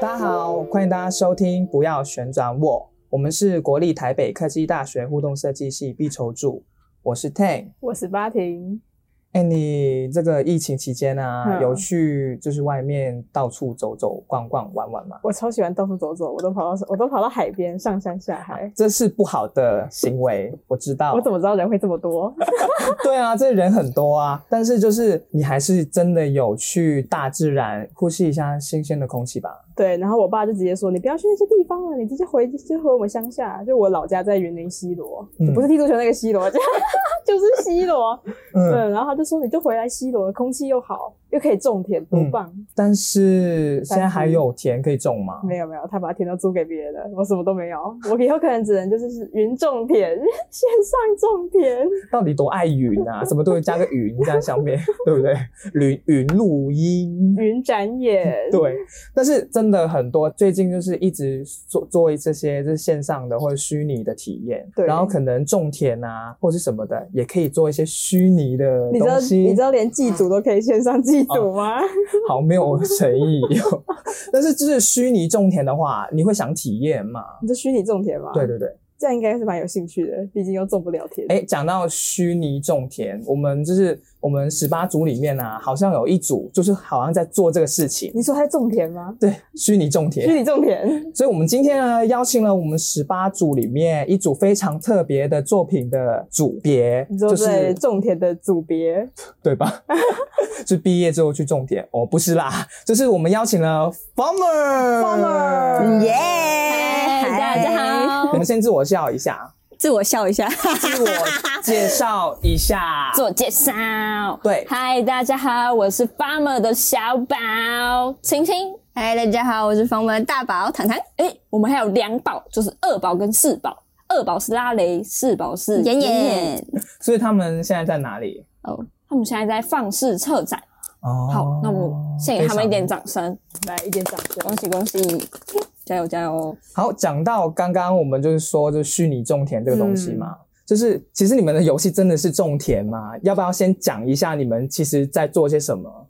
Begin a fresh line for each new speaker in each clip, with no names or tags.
大家好，欢迎大家收听《不要旋转我》，我们是国立台北科技大学互动设计系必筹组，我是 Tang。
我是巴婷，
哎，你这个疫情期间啊，
嗯
有去就是外面到处走走、逛逛、玩玩吗？
我超喜欢到处走走，我都跑到我都跑到海边上山下海，
这是不好的行为，我知道。
我怎么知道人会这么多？
对啊，这人很多啊，但是就是你还是真的有去大自然呼吸一下新鲜的空气吧。
对，然后我爸就直接说：“你不要去那些地方了，你直接回直接回我们乡下。”就我老家在云林西螺，
嗯
不是踢足球那个西螺， 就就是西螺。
嗯，
嗯，然后他就说：“你就回来西螺，空气又好，又可以种田，多棒！”
但是现在还有田可以种吗？
没有没有，他把田都租给别人了，我什么都没有，我以后可能只能就是是云种田， 线上种田。
到底多爱云啊？什么都会加个云在上面， 对不对？云云录音。
云展演，
对，但是真的很多，最近就是一直做做一这些就是线上的或者虚拟的体验，
对
然后可能种田啊或是什么的，也可以做一些虚拟的
你知道
东西。啊
你知道连祭祖都可以线上祭祖吗？
好没有诚意 哦。但是就是虚拟种田的话，你会想体验嘛？
你 这虚拟种田吗？
对，对对，
这样应该是蛮有兴趣的，毕竟又种不了田。
哎，讲到虚拟种田，我们就是我们十八组里面啊，好像有一组就是好像在做这个事情，
你说他在种田吗？
对，虚拟种
虚
田。
拟种田，
所以，我们今天呢，邀请了我们十八组里面一组非常特别的作品的组别，
你
就
说在
是
种田的组别，
对 吧？是毕业之后去种田哦，不是啦，就是我们邀请了 farmer，farmer，
Farmer
耶、
嗨大家
你
好
们，先自我介绍一下。
自我笑一
。
下，
自我介绍一下
做介绍。
对
嗨，大家好，我是 Farmer 的小宝晴晴。
嗨，大家好，我是房门大宝糖糖，
哎、我们还有两宝，就是二宝跟四宝。二宝是拉雷，四宝是
妍
妍
妍，
所以他们现在在哪里？
哦，他们现在在放肆策展。
哦
好，那我们献给他们一点
非常
掌声，
来一点掌声。
恭喜恭喜，加油加哦油！
好。讲到刚刚我们就是说，就是虚拟种田这个东西
嗯
嘛。就是，其实你们的游戏真的是种田吗？要不要先讲一下你们其实在做些什么？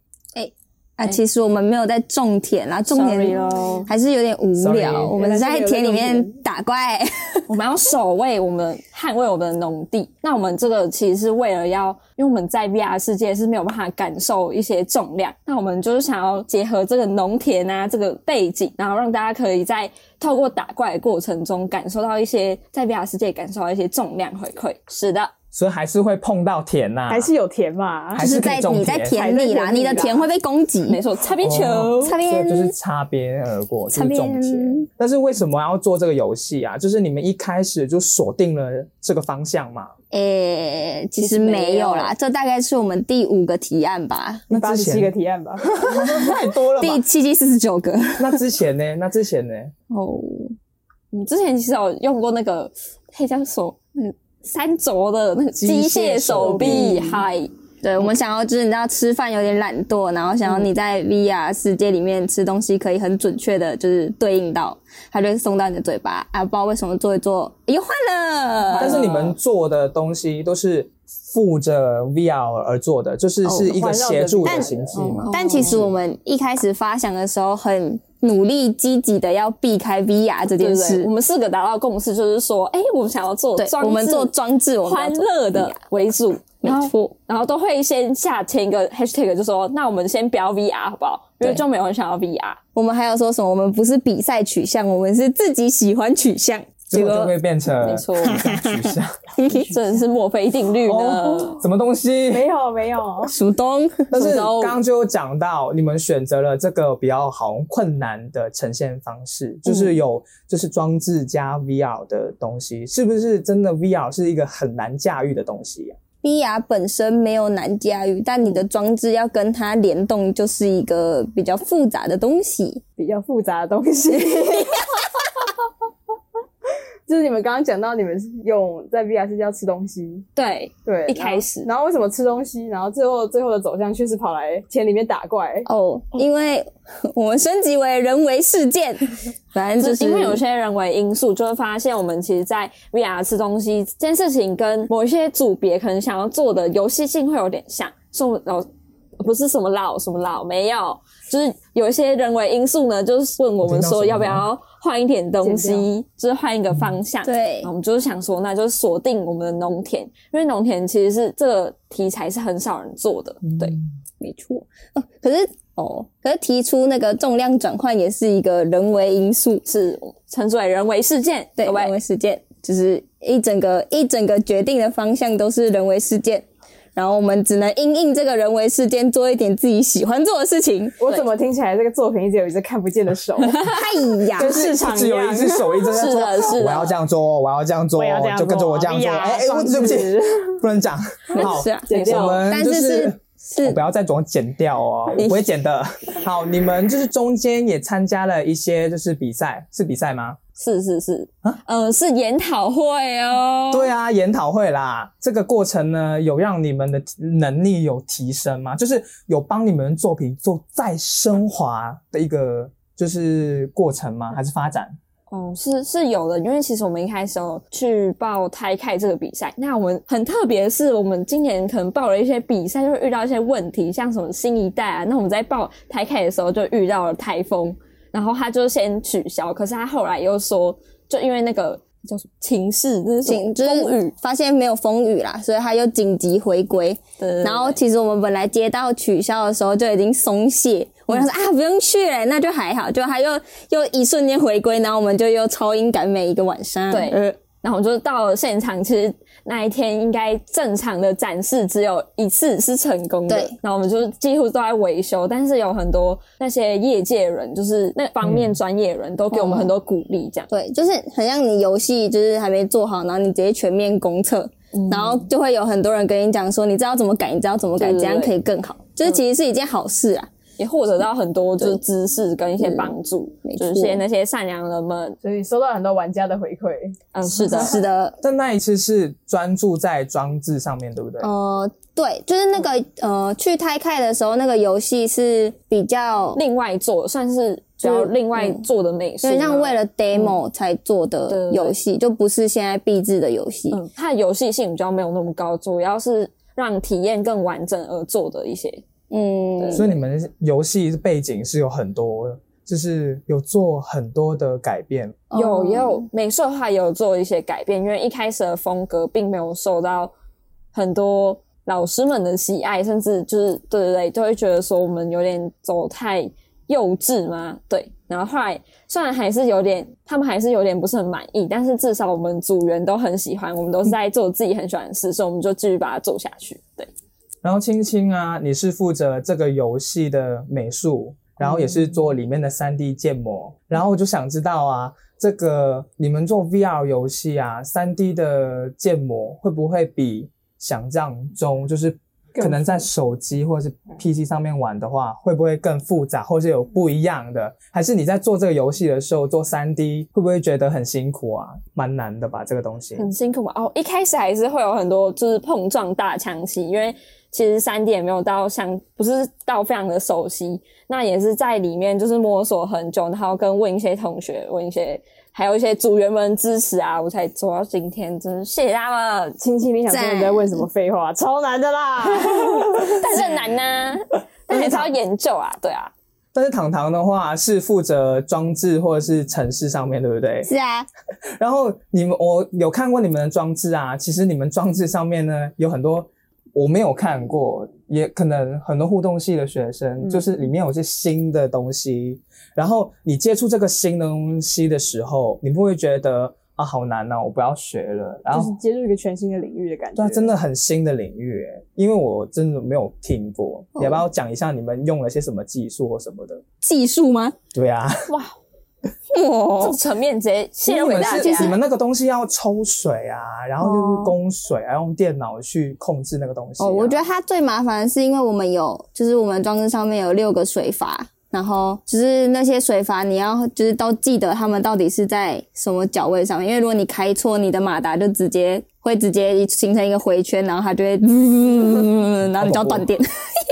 啊，其实我们没有在种田啦，种
哎 Sorry 哦
田
咯
还是有点无
Sorry
聊，我们只是在田
原来是
里
没有在种
面打怪。
我们要守卫我们、捍卫我们的农地。那我们这个其实是为了要，因为我们在 VR 世界是没有办法感受一些重量，那我们就是想要结合这个农田啊这个背景，然后让大家可以在透过打怪的过程中感受到一些在 VR 世界感受到一些重量回馈。是的，
所以还是会碰到田呐、
还是有田嘛
啊还？
就是是
可以
在
种
你在田里
还在田里
啦，
啦
你的田会被攻击。
没错，擦边球。
哦
擦边
所以就是擦边而过，就是
擦边
种田。但是为什么要做这个游戏啊？就是你们一开始就锁定了这个方向嘛？
诶、其
其实
实没有
没
啦，
有
这大概是我们第五个提案吧，
那
八
之
十七个
前
提案吧，
太多了吧？
第七七四十九个。
那之前呢？那之前呢？
哦，
我们之前其实有用过那个黑叫什么那个三轴的那个
机械
机械手
手臂
臂，嗨，
对，我们想要就是你知道吃饭有点懒惰，然后想要你在 VR 世界里面吃东西可以很准确的，就是对应到，它就会送到你的嘴巴啊，不知道为什么做一做哎又换了。
但是你们做的东西都是附着 VR 而做的，
哦
就是是一个协助的行迹嘛
哦。
但其实我们一开始发想的时候，很努力积极的要避开 VR 这
对
件
不对？
事
我。们四个达到共识，就是说，哎、我们想要做
对，
装置，
我们做装置，我们要
欢
做
乐的
VR
为主，
没
然后
错。
然后都会先下签一个 hashtag，就说那我们先不要 VR 好不好？因为
对
就没有人想要 VR。
我们还有说什么？我们不是比赛取向，我们是自己喜欢取向。
结果就会变成
没错，
取向
真的是墨菲定律呢
哦。，什么东西？
没有没有，
鼠东，
但是刚刚就有讲到，你们选择了这个比较好像困难的呈现方式，就是有就是装置加 VR 的东西，是不是真的 VR 是一个很难驾驭的东西啊呀、
VR 本身没有难驾驭，但你的装置要跟它联动，就是一个比较复杂的东西。
比较复杂的东西。 就是你们刚刚讲到，你们是用在 VR 世界要吃东西，
对，
对，
一
然后
开始
然后为什么吃东西，然后最后最后的走向却是跑来田里面打怪？
哦，因为我们升级为人为事 件，反正
就
就是是
因为有些人为因素，就会发现我们其实，在 VR 吃东西这件事情，跟某一些组别可能想要做的游戏性会有点像，所以我老呃不是什么老什么老，没有，就是有一些人为因素呢，就是问我们说要不要换一点东
剪
西，就是换一个方向。
对
那我们就是想说，那就是锁定我们的农田，因为农田其实是这个题材是很少人做的，
嗯
对。
嗯
没错。哦，可是哦，可是提出那个重量转换也是一个人为因素，哦
是称之为人为事件，
对，
各位
人为事件，就是一整个一整个决定的方向都是人为事件。然后我们只能因应这个人为事件做一点自己喜欢做的事 情。
我怎么听起来这个作品一直有一只看不见 的手？
哎呀，
跟
就是
市场
一直
一
有
样
一只手一直在
是的是啊
说，
的
我要这样做哦，我要这样做
我
哦
要这，样
就跟着我这样做。
做啊
哎哎，我
双
对不起
指，
不能讲。好，
是啊，
剪掉
我们
但
就是
是
我
是
不要再总剪掉 哦，我不会剪的。好，你们就是中间也参加了一些就是比赛，是比赛吗？
是是是，
啊
呃，是研讨会哦。
对啊，研讨会啦。这个过程呢，有让你们的能力有提升吗？就是有帮你们作品做再升华的一个就是过程吗？还是发展？
哦，是是有的，因为其实我们一开始有去报台开这个比赛，那我们很特别的是，我们今年可能报了一些比赛，就会遇到一些问题，像什么新一代啊，那我们在报台开的时候就遇到了台风，然后他就先取消，可是他后来又说，就因为那个叫什么情势，那是什么
紧，就是发现没有风雨啦，所以他又紧急回归。
对对对
然后其实我们本来接到取消的时候就已经松懈，我想说啊不用去了，那就还好。就他又又一瞬间回归，然后我们就又超英赶美一个晚上。
对
呃
然后我就到了现场，其实那一天应该正常的展示只有一次是成功的
对，
然后我们就是几乎都在维修，但是有很多那些业界人，就是那方面专业人都给我们很多鼓励，这样。
对，就是很像你游戏就是还没做好，然后你直接全面公测，
嗯
然后就会有很多人跟你讲说，你知道怎么改，你知道怎么改，
对对
这
对嗯
样可以更好。就是其实是一件好事啊，
也获得到很多就是知识跟一些帮助，
没
就是
错
些那些善良人们，
所以收到很多玩家的回馈，
嗯，是的，
是的。
但那一次是专注在装置上面，对不对？
呃，对，就是那个呃，去泰开的时候，那个游戏是比较，
另外做算是主要
就是
另外做的美术
就
嘛，
是像为了 demo 才做
嗯对对
的
对
游戏，就不是现在币制的游戏。
嗯，它的游戏性比较没有那么高，主要是让体验更完整而做的一些
嗯，
所以你们游戏背景是有很多，就是有做很多的改变。
有
哦
也有美术的话，也有做一些改变，因为一开始的风格并没有受到很多老师们的喜爱，甚至就是对对对，就会觉得说我们有点走太幼稚嘛，对。然后后来虽然还是有点，他们还是有点不是很满意，但是至少我们组员都很喜欢，我们都是在做自己很喜欢的事，所以我们就继续把它做下去。对，
然后青青啊，你是负责这个游戏的美术，然后也是做里面的三 D 建模。然后我就想知道啊，这个你们做 VR 游戏啊，三 D 的建模会不会比想象中就是可能在手机或者是 PC 上面玩的话，会不会更复杂，或是有不一样的？还是你在做这个游戏的时候做三 D 会不会觉得很辛苦啊？蛮难的吧，这个东西。
很辛苦嘛。哦，一开始还是会有很多就是碰撞大枪期，因为其实三 D 也没有到像不是到非常的熟悉，那也是在里面就是摸索很久，然后跟问一些同学，问一些还有一些组员们支持啊，我才走到今天，真是谢谢他们。
亲亲，你想说你在问什么废话？超难的 啦！
但是很难呐、 但还是要研究啊，对啊，
但是糖糖的话是负责装置或者是城市上面，对不对？
是啊，
然后你们我有看过你们的装置啊，其实你们装置上面呢有很多我没有看过，也可能很多互动系的学
嗯
生，就是里面有些新的东西。然后你接触这个新的东西的时候，你不会觉得啊好难哦，我不要学了，然
就是
后。
接入一个全新的领域的感觉，
对啊，真的很新的领域诶，因为我真的没有听过，
哦
你要不要讲一下你们用了些什么技术或什么的？
技术吗？
对啊，
这
哇
个，层面直接
因
谢
为你
谢回
们
大
是你
家。
们那个东西要抽水啊，然后就是供水，还用电脑去控制那个东西啊、
哦，我觉得它最麻烦的是因为我们有，就是我们装置上面有六个水阀，然后就是那些水阀你要就是都记得它们到底是在什么脚位上面，因为如果你开错，你的马达就直接会直接形成一个回圈，然后它就会，然后你就要断电。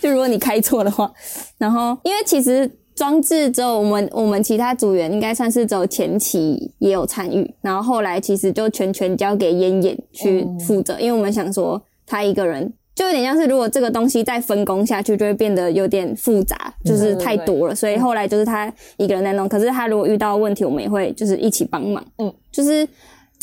就如果你开错的话，然后因为其实装置只有我们我们其他组员应该算是只有前期也有参与，然后后来其实就全权交给燕燕去负责，因为我们想说他一个人就有点像是如果这个东西再分工下去，就会变得有点复杂，
嗯
就是太多了。所以后来就是他一个人在弄，可是他如果遇到问题，我们也会就是一起帮忙。
嗯
嗯，就是。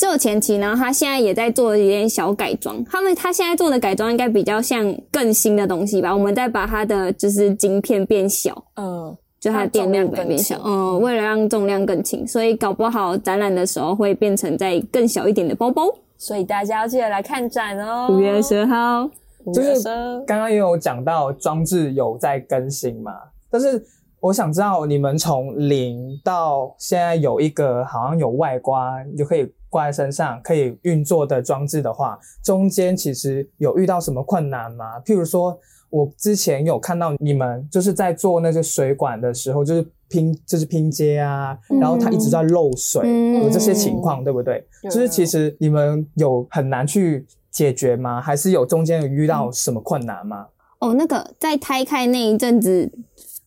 这有前期，然后他现在也在做一点小改装。他们他现在做的改装应该比较像更新的东西吧？我们再把它的就是晶片变小，
嗯，
就它的电量改变小，嗯，为了让重量更轻，所以搞不好展览的时候会变成在更小一点的包包。
所以大家要记得来看展哦。
五月，十号，
五
就
月
是
十二
刚刚也有讲到装置有在更新嘛，但是我想知道你们从零到现在有一个好像有外挂，你就可以挂在身上可以运作的装置的话，中间其实有遇到什么困难吗？譬如说，我之前有看到你们就是在做那些水管的时候，就是拼就是拼接啊，然后它一直在漏水，
嗯
有这些情况对不对？
有
就是其实你们有很难去解决吗？还是有中间有遇到什么困难吗？
哦，那个在拆开那一阵子，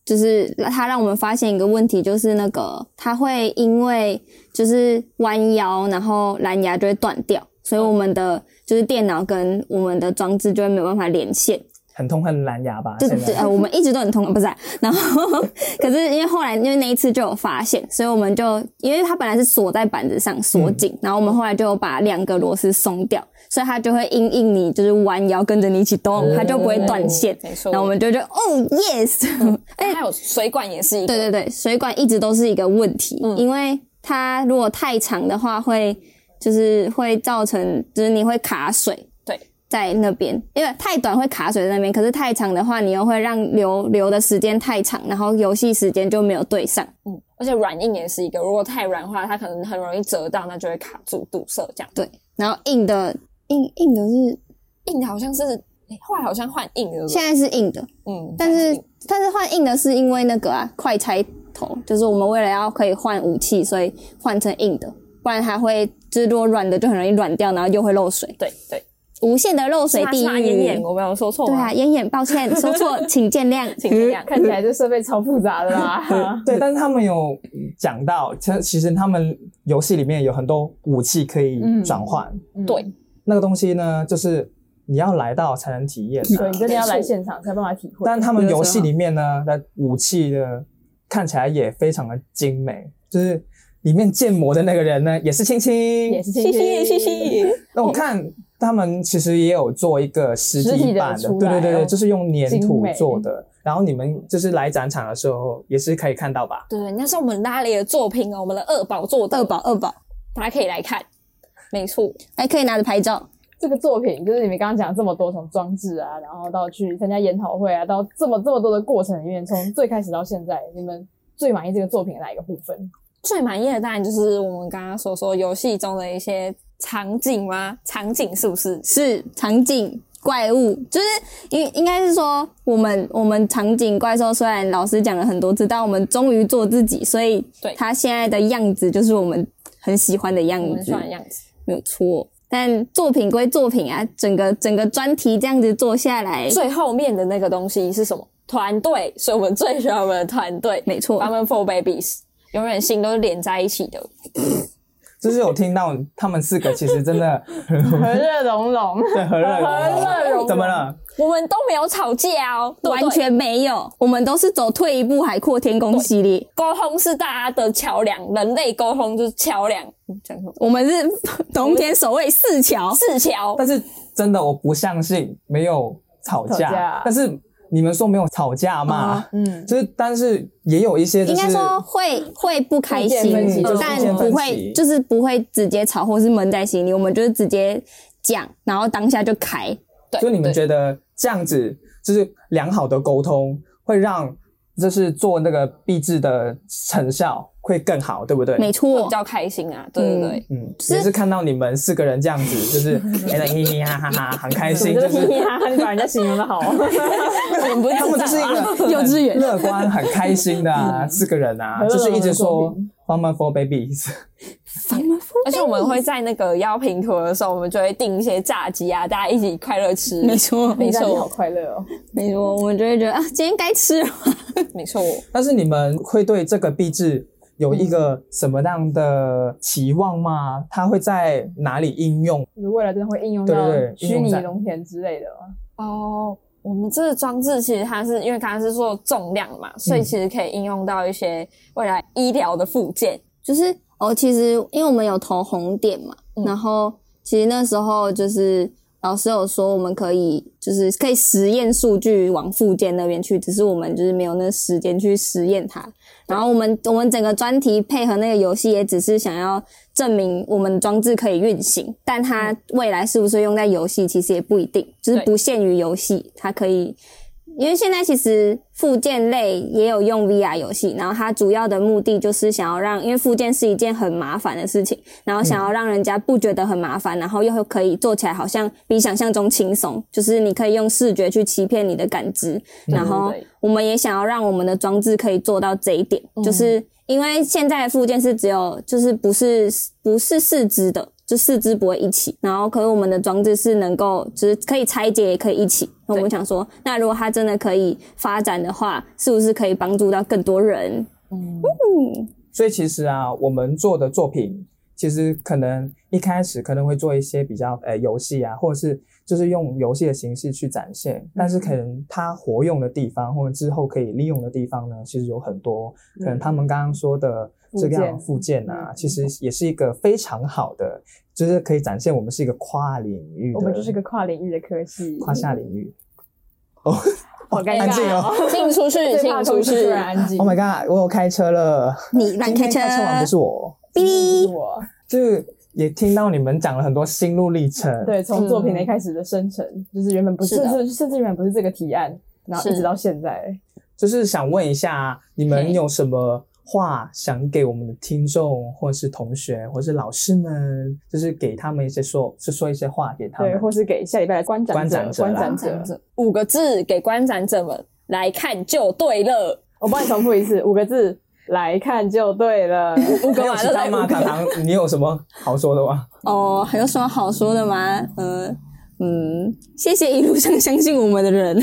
就是他让我们发现一个问题，就是那个它会因为就是弯腰，然后蓝牙就会断掉，所以我们的就是电脑跟我们的装置就会没有办法连线。
很痛恨蓝牙吧？
就
现在
呃，我们一直都很痛，不是啊、然后 可是因为后来因为那一次就有发现，所以我们就因为它本来是锁在板子上锁紧，然后我们后来就有把两个螺丝松掉，所以它就会因应你就是弯腰跟着你一起动，它就不会断线。
没错。
然后我们就觉得哦 yes，
哎，还有水管也是一个，
对对对，水管一直都是一个问题，
嗯
因为它如果太长的话会就是会造成就是你会卡水。
对。
在那边，因为太短会卡水在那边，可是太长的话，你又会让留留的时间太长，然后游戏时间就没有对上。
嗯，而且软硬也是一个，如果太软的话，它可能很容易折到，那就会卡住堵塞这样。
对，然后硬的硬硬的是
硬的好像是，哎后来好像换硬了，
现在是硬的，
嗯，
但是但是换硬的是因为那个啊快拆头，就是我们为了要可以换武器，所以换成硬的，不然它会就是如果软的就很容易软掉，然后又会漏水，
对对，
无限的漏水
是吗
地
是吗眼眼，
狱。
我没有说错
对
吗
啊，？眼眼，抱歉，说错，请见谅。
请这样，
看起来这设备超复杂的啦。
对，但是他们有讲到，其其实他们游戏里面有很多武器可以转换，
嗯
对，
那个东西呢，就是你要来到才能体验、
所以
啊
你。真的要来现场才有办法体会。
但他们游戏里面呢，的武器呢，看起来也非常的精美，就是里面建模的那个人呢，也是青青，
也
嗯
是
嘻嘻嘻嘻，
那我
嗯
看他们其实也有做一个实
实体
体
的
版的，
出
对
来
对对对，
哦
就是用粘
精
土
美
做的。然后你们就是来展场的时候也是可以看到吧？
对，那是我们拉里的作品哦，我们的二宝做的，
二宝，二宝，
大家可以来看，没错，
还可以拿着拍照。
这个作品，就是你们刚刚讲这么多，从装置啊，然后到去参加研讨会啊，到这么这么多的过程里面，从最开始到现在，你们最满意这个作品的哪一个部 分？
最满意的当然就是我们刚刚所说游戏中的一些场景吗？场景是不是？嗯
是场景怪物，就是应应该是说我们我们场景怪兽虽然老师讲了很多次，但我们终于做自己，所以
对
它现在的样子就是我们很喜欢的样
我们
子
喜，欢的样子，
没有错。但作品归作品啊，整个整个专题这样子做下来，
最后面的那个东西是什么？团队，所以我们最喜欢我们的团队，
没错
他们 Four Babies 永远心都是连在一起的，
就是有听到他们四个其实真的
和乐融融，
对和乐
和乐
融
融
融，
融
怎么了？
我们都没有吵架哦，对不对
完全没有，我们都是走退一步海阔天空系列，
沟通是大家的桥梁，人类沟通就是桥梁，嗯讲什么？
我们是 冬天守卫四桥，
是桥，
但是真的我不相信没有吵
吵
架，
架
但是你们说没有吵架嘛？
嗯，
就是但是也有一些就
应
是
该说会会不开
意见分歧
心，
就是
但
意见
不
分
会
歧
就是不会直接吵或是闷在心里，我们就是直接讲，然后当下就开。
对，
就你们
对
觉得这样子就是良好的沟通会让就是做那个壁纸的成效会更好，对不对？
没
会
错
比，较开心啊，对对对，
嗯，
是
也是看到你们四个人这样子，就是 哎那嘻嘻哈哈哈，很开
你
心，就
真的嘻
是
嘻哈哈，你把人家形容的好，
我们不是
他们就
智障
是一个
啊 幼稚园
很
嗯
乐观、很开心的啊，四个人啊，
和乐
就是一直
融融
说
的
“fun man for babies”，
而且我们会在那个邀评图的时候，我们就会订一些炸鸡啊，大家一起快乐吃。
没错，
没
你
错
好快乐哦。
没错，我们就会觉得啊，今天该吃了。
没错，
但是你们会对这个壁纸有一
嗯
个什么样的期望吗？它会在哪里应用？
就是未来真的会应用
对
到
对对应
虚
用
拟
在
农田之类的吗？
啊、哦，我们这个装置其实它是因为刚刚是说重量嘛，所以其实可以应用到一些未来医疗的附件。
就是哦，其实因为我们有投红点嘛，
嗯
然后其实那时候就是老师有说我们可以就是可以实验数据往附件那边去，只是我们就是没有那个时间去实验它。然后我们我们整个专题配合那个游戏，也只是想要证明我们装置可以运行，但它未来是不是用在游戏，其实也不一定，就是
对
不限于游戏，它可以因为现在其实附件类也有用 VR 游戏，然后它主要的目的就是想要让，因为附件是一件很麻烦的事情，然后想要让人家不觉得很麻烦，然后又可以做起来好像比想象中轻松，就是你可以用视觉去欺骗你的感知，
嗯
然后
对
我们也想要让我们的装置可以做到这一点，
嗯
就是因为现在的附件是只有就是不是不是四肢的，就四肢不会一起，然后可是我们的装置是能够就是可以拆解也可以一起。那我们想说，那如果它真的可以发展的话，是不是可以帮助到更多人？
嗯
所以其实啊，我们做的作品，其实可能一开始可能会做一些比较呃游戏啊，或者是就是用游戏的形式去展
嗯
现，但是可能它活用的地方或者之后可以利用的地方呢，其实有很多。可
嗯
能他们刚刚说的这个样附件啊，其实也是一个非常好的，就是可以展现我们是一个跨领域的，
我们就是个跨领域的科系，
跨下领域。哦
好尴
安静
尬
哦
哦，
请出去，
最怕
请出
公司突
去。
然安静
Oh my god！我有开车了，
你乱
今
开
天
啊
车，
开车王不是我，
哔
是
哩，
我
就是也听到你们讲了很多心路历程。
对，从作品的
嗯
一开始的生成，就是原本不是，
是的
甚至甚至原本不是这个提案，然后一
是
直到现在，
就是想问一下，你们
嘿
有什么话想给我们的听众，或是同学，或是老师们，就是给他们一些说，就说一些话给他
对，
们。
或是给下礼拜的观展
观展
者、
者啦
观展
观
者
展，者五个字给观展者们来看就对了。
我帮你重复一次，五个字，来看就对了。
五个
没有
完
其
了
他
来
吗？
五
糖
个，
糖，你有什么好说的吗？
哦，还有什么好说的吗？
啊
呃，嗯，谢谢一路上相信我们的人。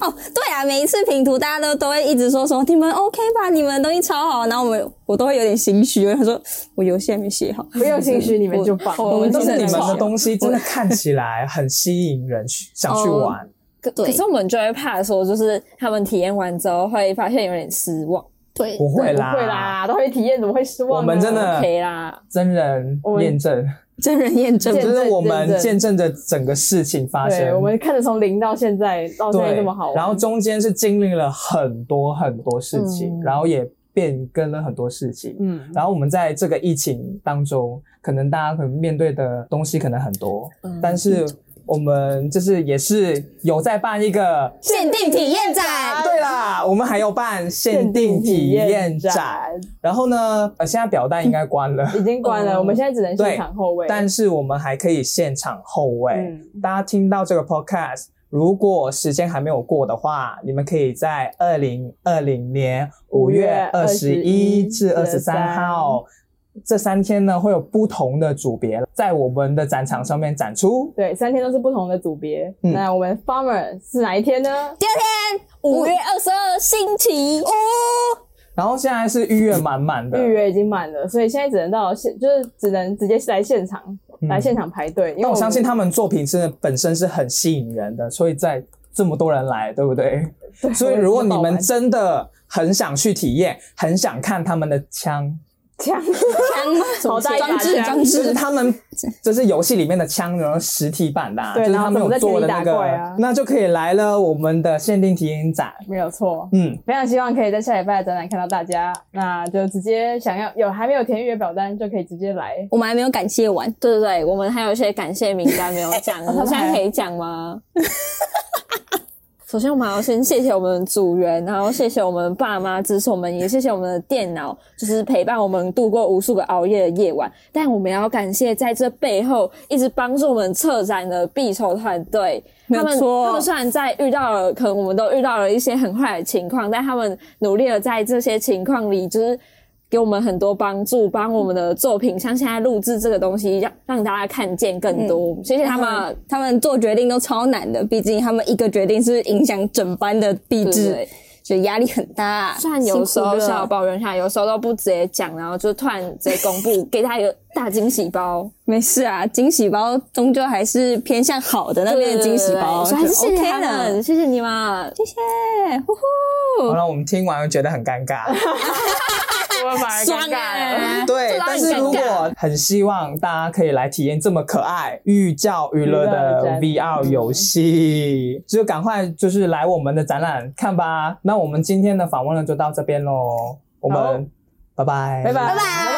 哦，对啊，每一次评图，大家都都会一直说说你们 OK 吧，你们东西超好，然后我们我都会有点心虚，我想说我游戏还没写好，
不用心虚，你们就棒。
我
们
就
都
是你们
很
的
爽
东西真的看起来很吸引人，去想去玩。
可
对
可是我们就会怕说，就是他们体验完之后会发现有点失望。
对
不会啦，
不会，啦，都会体验，怎么会失望呢？
我们真的
OK 啦，
真人
我们
验证，
真人验证
就
见证
是我们
见证
见证着整个事情发
对，
生。
我们看着从零到现在，到哦现在
对，
这么好玩，
然后中间是经历了很多很多事情，
嗯
然后也变更了很多事情。
嗯，
然后我们在这个疫情当中，可能大家可能面对的东西可能很多，但是我们就是也是有在办一个。哎
限定体验展，
对啦，我们还有办限定体验展。然后呢，呃，现在表单应该关了，
已经关了，
嗯
我们现在只能
对
现场后位。
但是我们还可以现场后位。
嗯，
大家听到这个 podcast，如果时间还没有过的话，你们可以在二零二零年五月二十一至二十三号这三天呢，会有不同的组别在我们的展场上面展出。
对，三天都是不同的组别。
嗯
那我们 Farmer 是哪一天呢？
五月二十二星期
然后现在是预约满满的，
预约已经满了，所以现在只能到现，就是只能直接来现场，
嗯
来现。场排队。因为
但我相信
们
他们作品真的本身是很吸引人的，所以在这么多人来，对不对？
对
所以如果你
我
们
们是
真的很想去体验，很想看他们的枪，
爆满枪
枪吗？
好大一把
装置
枪
装
就
置
是，他们就是游戏里面的枪，然后实体版的、啊，
对
就是他们有做的那
然后怎么在田里打
个，
怪啊
那就可以来了我们的限定体验展。
没有错。
嗯，
非常希望可以在下礼拜的展览看到大家，那就直接想要有还没有填预约表单就可以直接来。
我们还没有感谢完，
对对对，我们还有一些感谢名单没有 讲，我们现在可以讲吗？首先，我们要先谢谢我们组员，然后谢谢我们爸妈支持我们，也谢谢我们的电脑，就是陪伴我们度过无数个熬夜的夜晚。但我们也要感谢在这背后一直帮助我们策展的必筹团队，
没
他们
错
他们虽然在遇到了，可能我们都遇到了一些很坏的情况，但他们努力的在这些情况里，就是给我们很多帮助，帮我们的作品，像现在录制这个东西，让让大家看见更多。
嗯
谢谢他们，
他们做决定都超难的，毕竟他们一个决定是影响整班的币
对对
制
对，
就压力很大。
虽然有时候
辛苦
小
了
抱怨一下，有时候都不直接讲，然后就突然直接公布，给他一个大惊喜包。
没事啊，惊喜包终究还是偏向好的那边的惊喜包，
对对对对所以还是
就
谢谢
OK
他们，
的。
谢谢你们。
谢谢，呼
好
呼，
了，我们听完觉得很尴尬。
我反而尴
爽
尬了。
啊！
对
这，让
但
你
是
尴
如
尬
果很希望大家可以来体验这么可爱、寓教于乐的
娱
VR 游戏，就赶快就是来我们的展览看吧。那我们今天的访问呢就到这边喽，我
好
们拜拜，
拜拜拜
拜。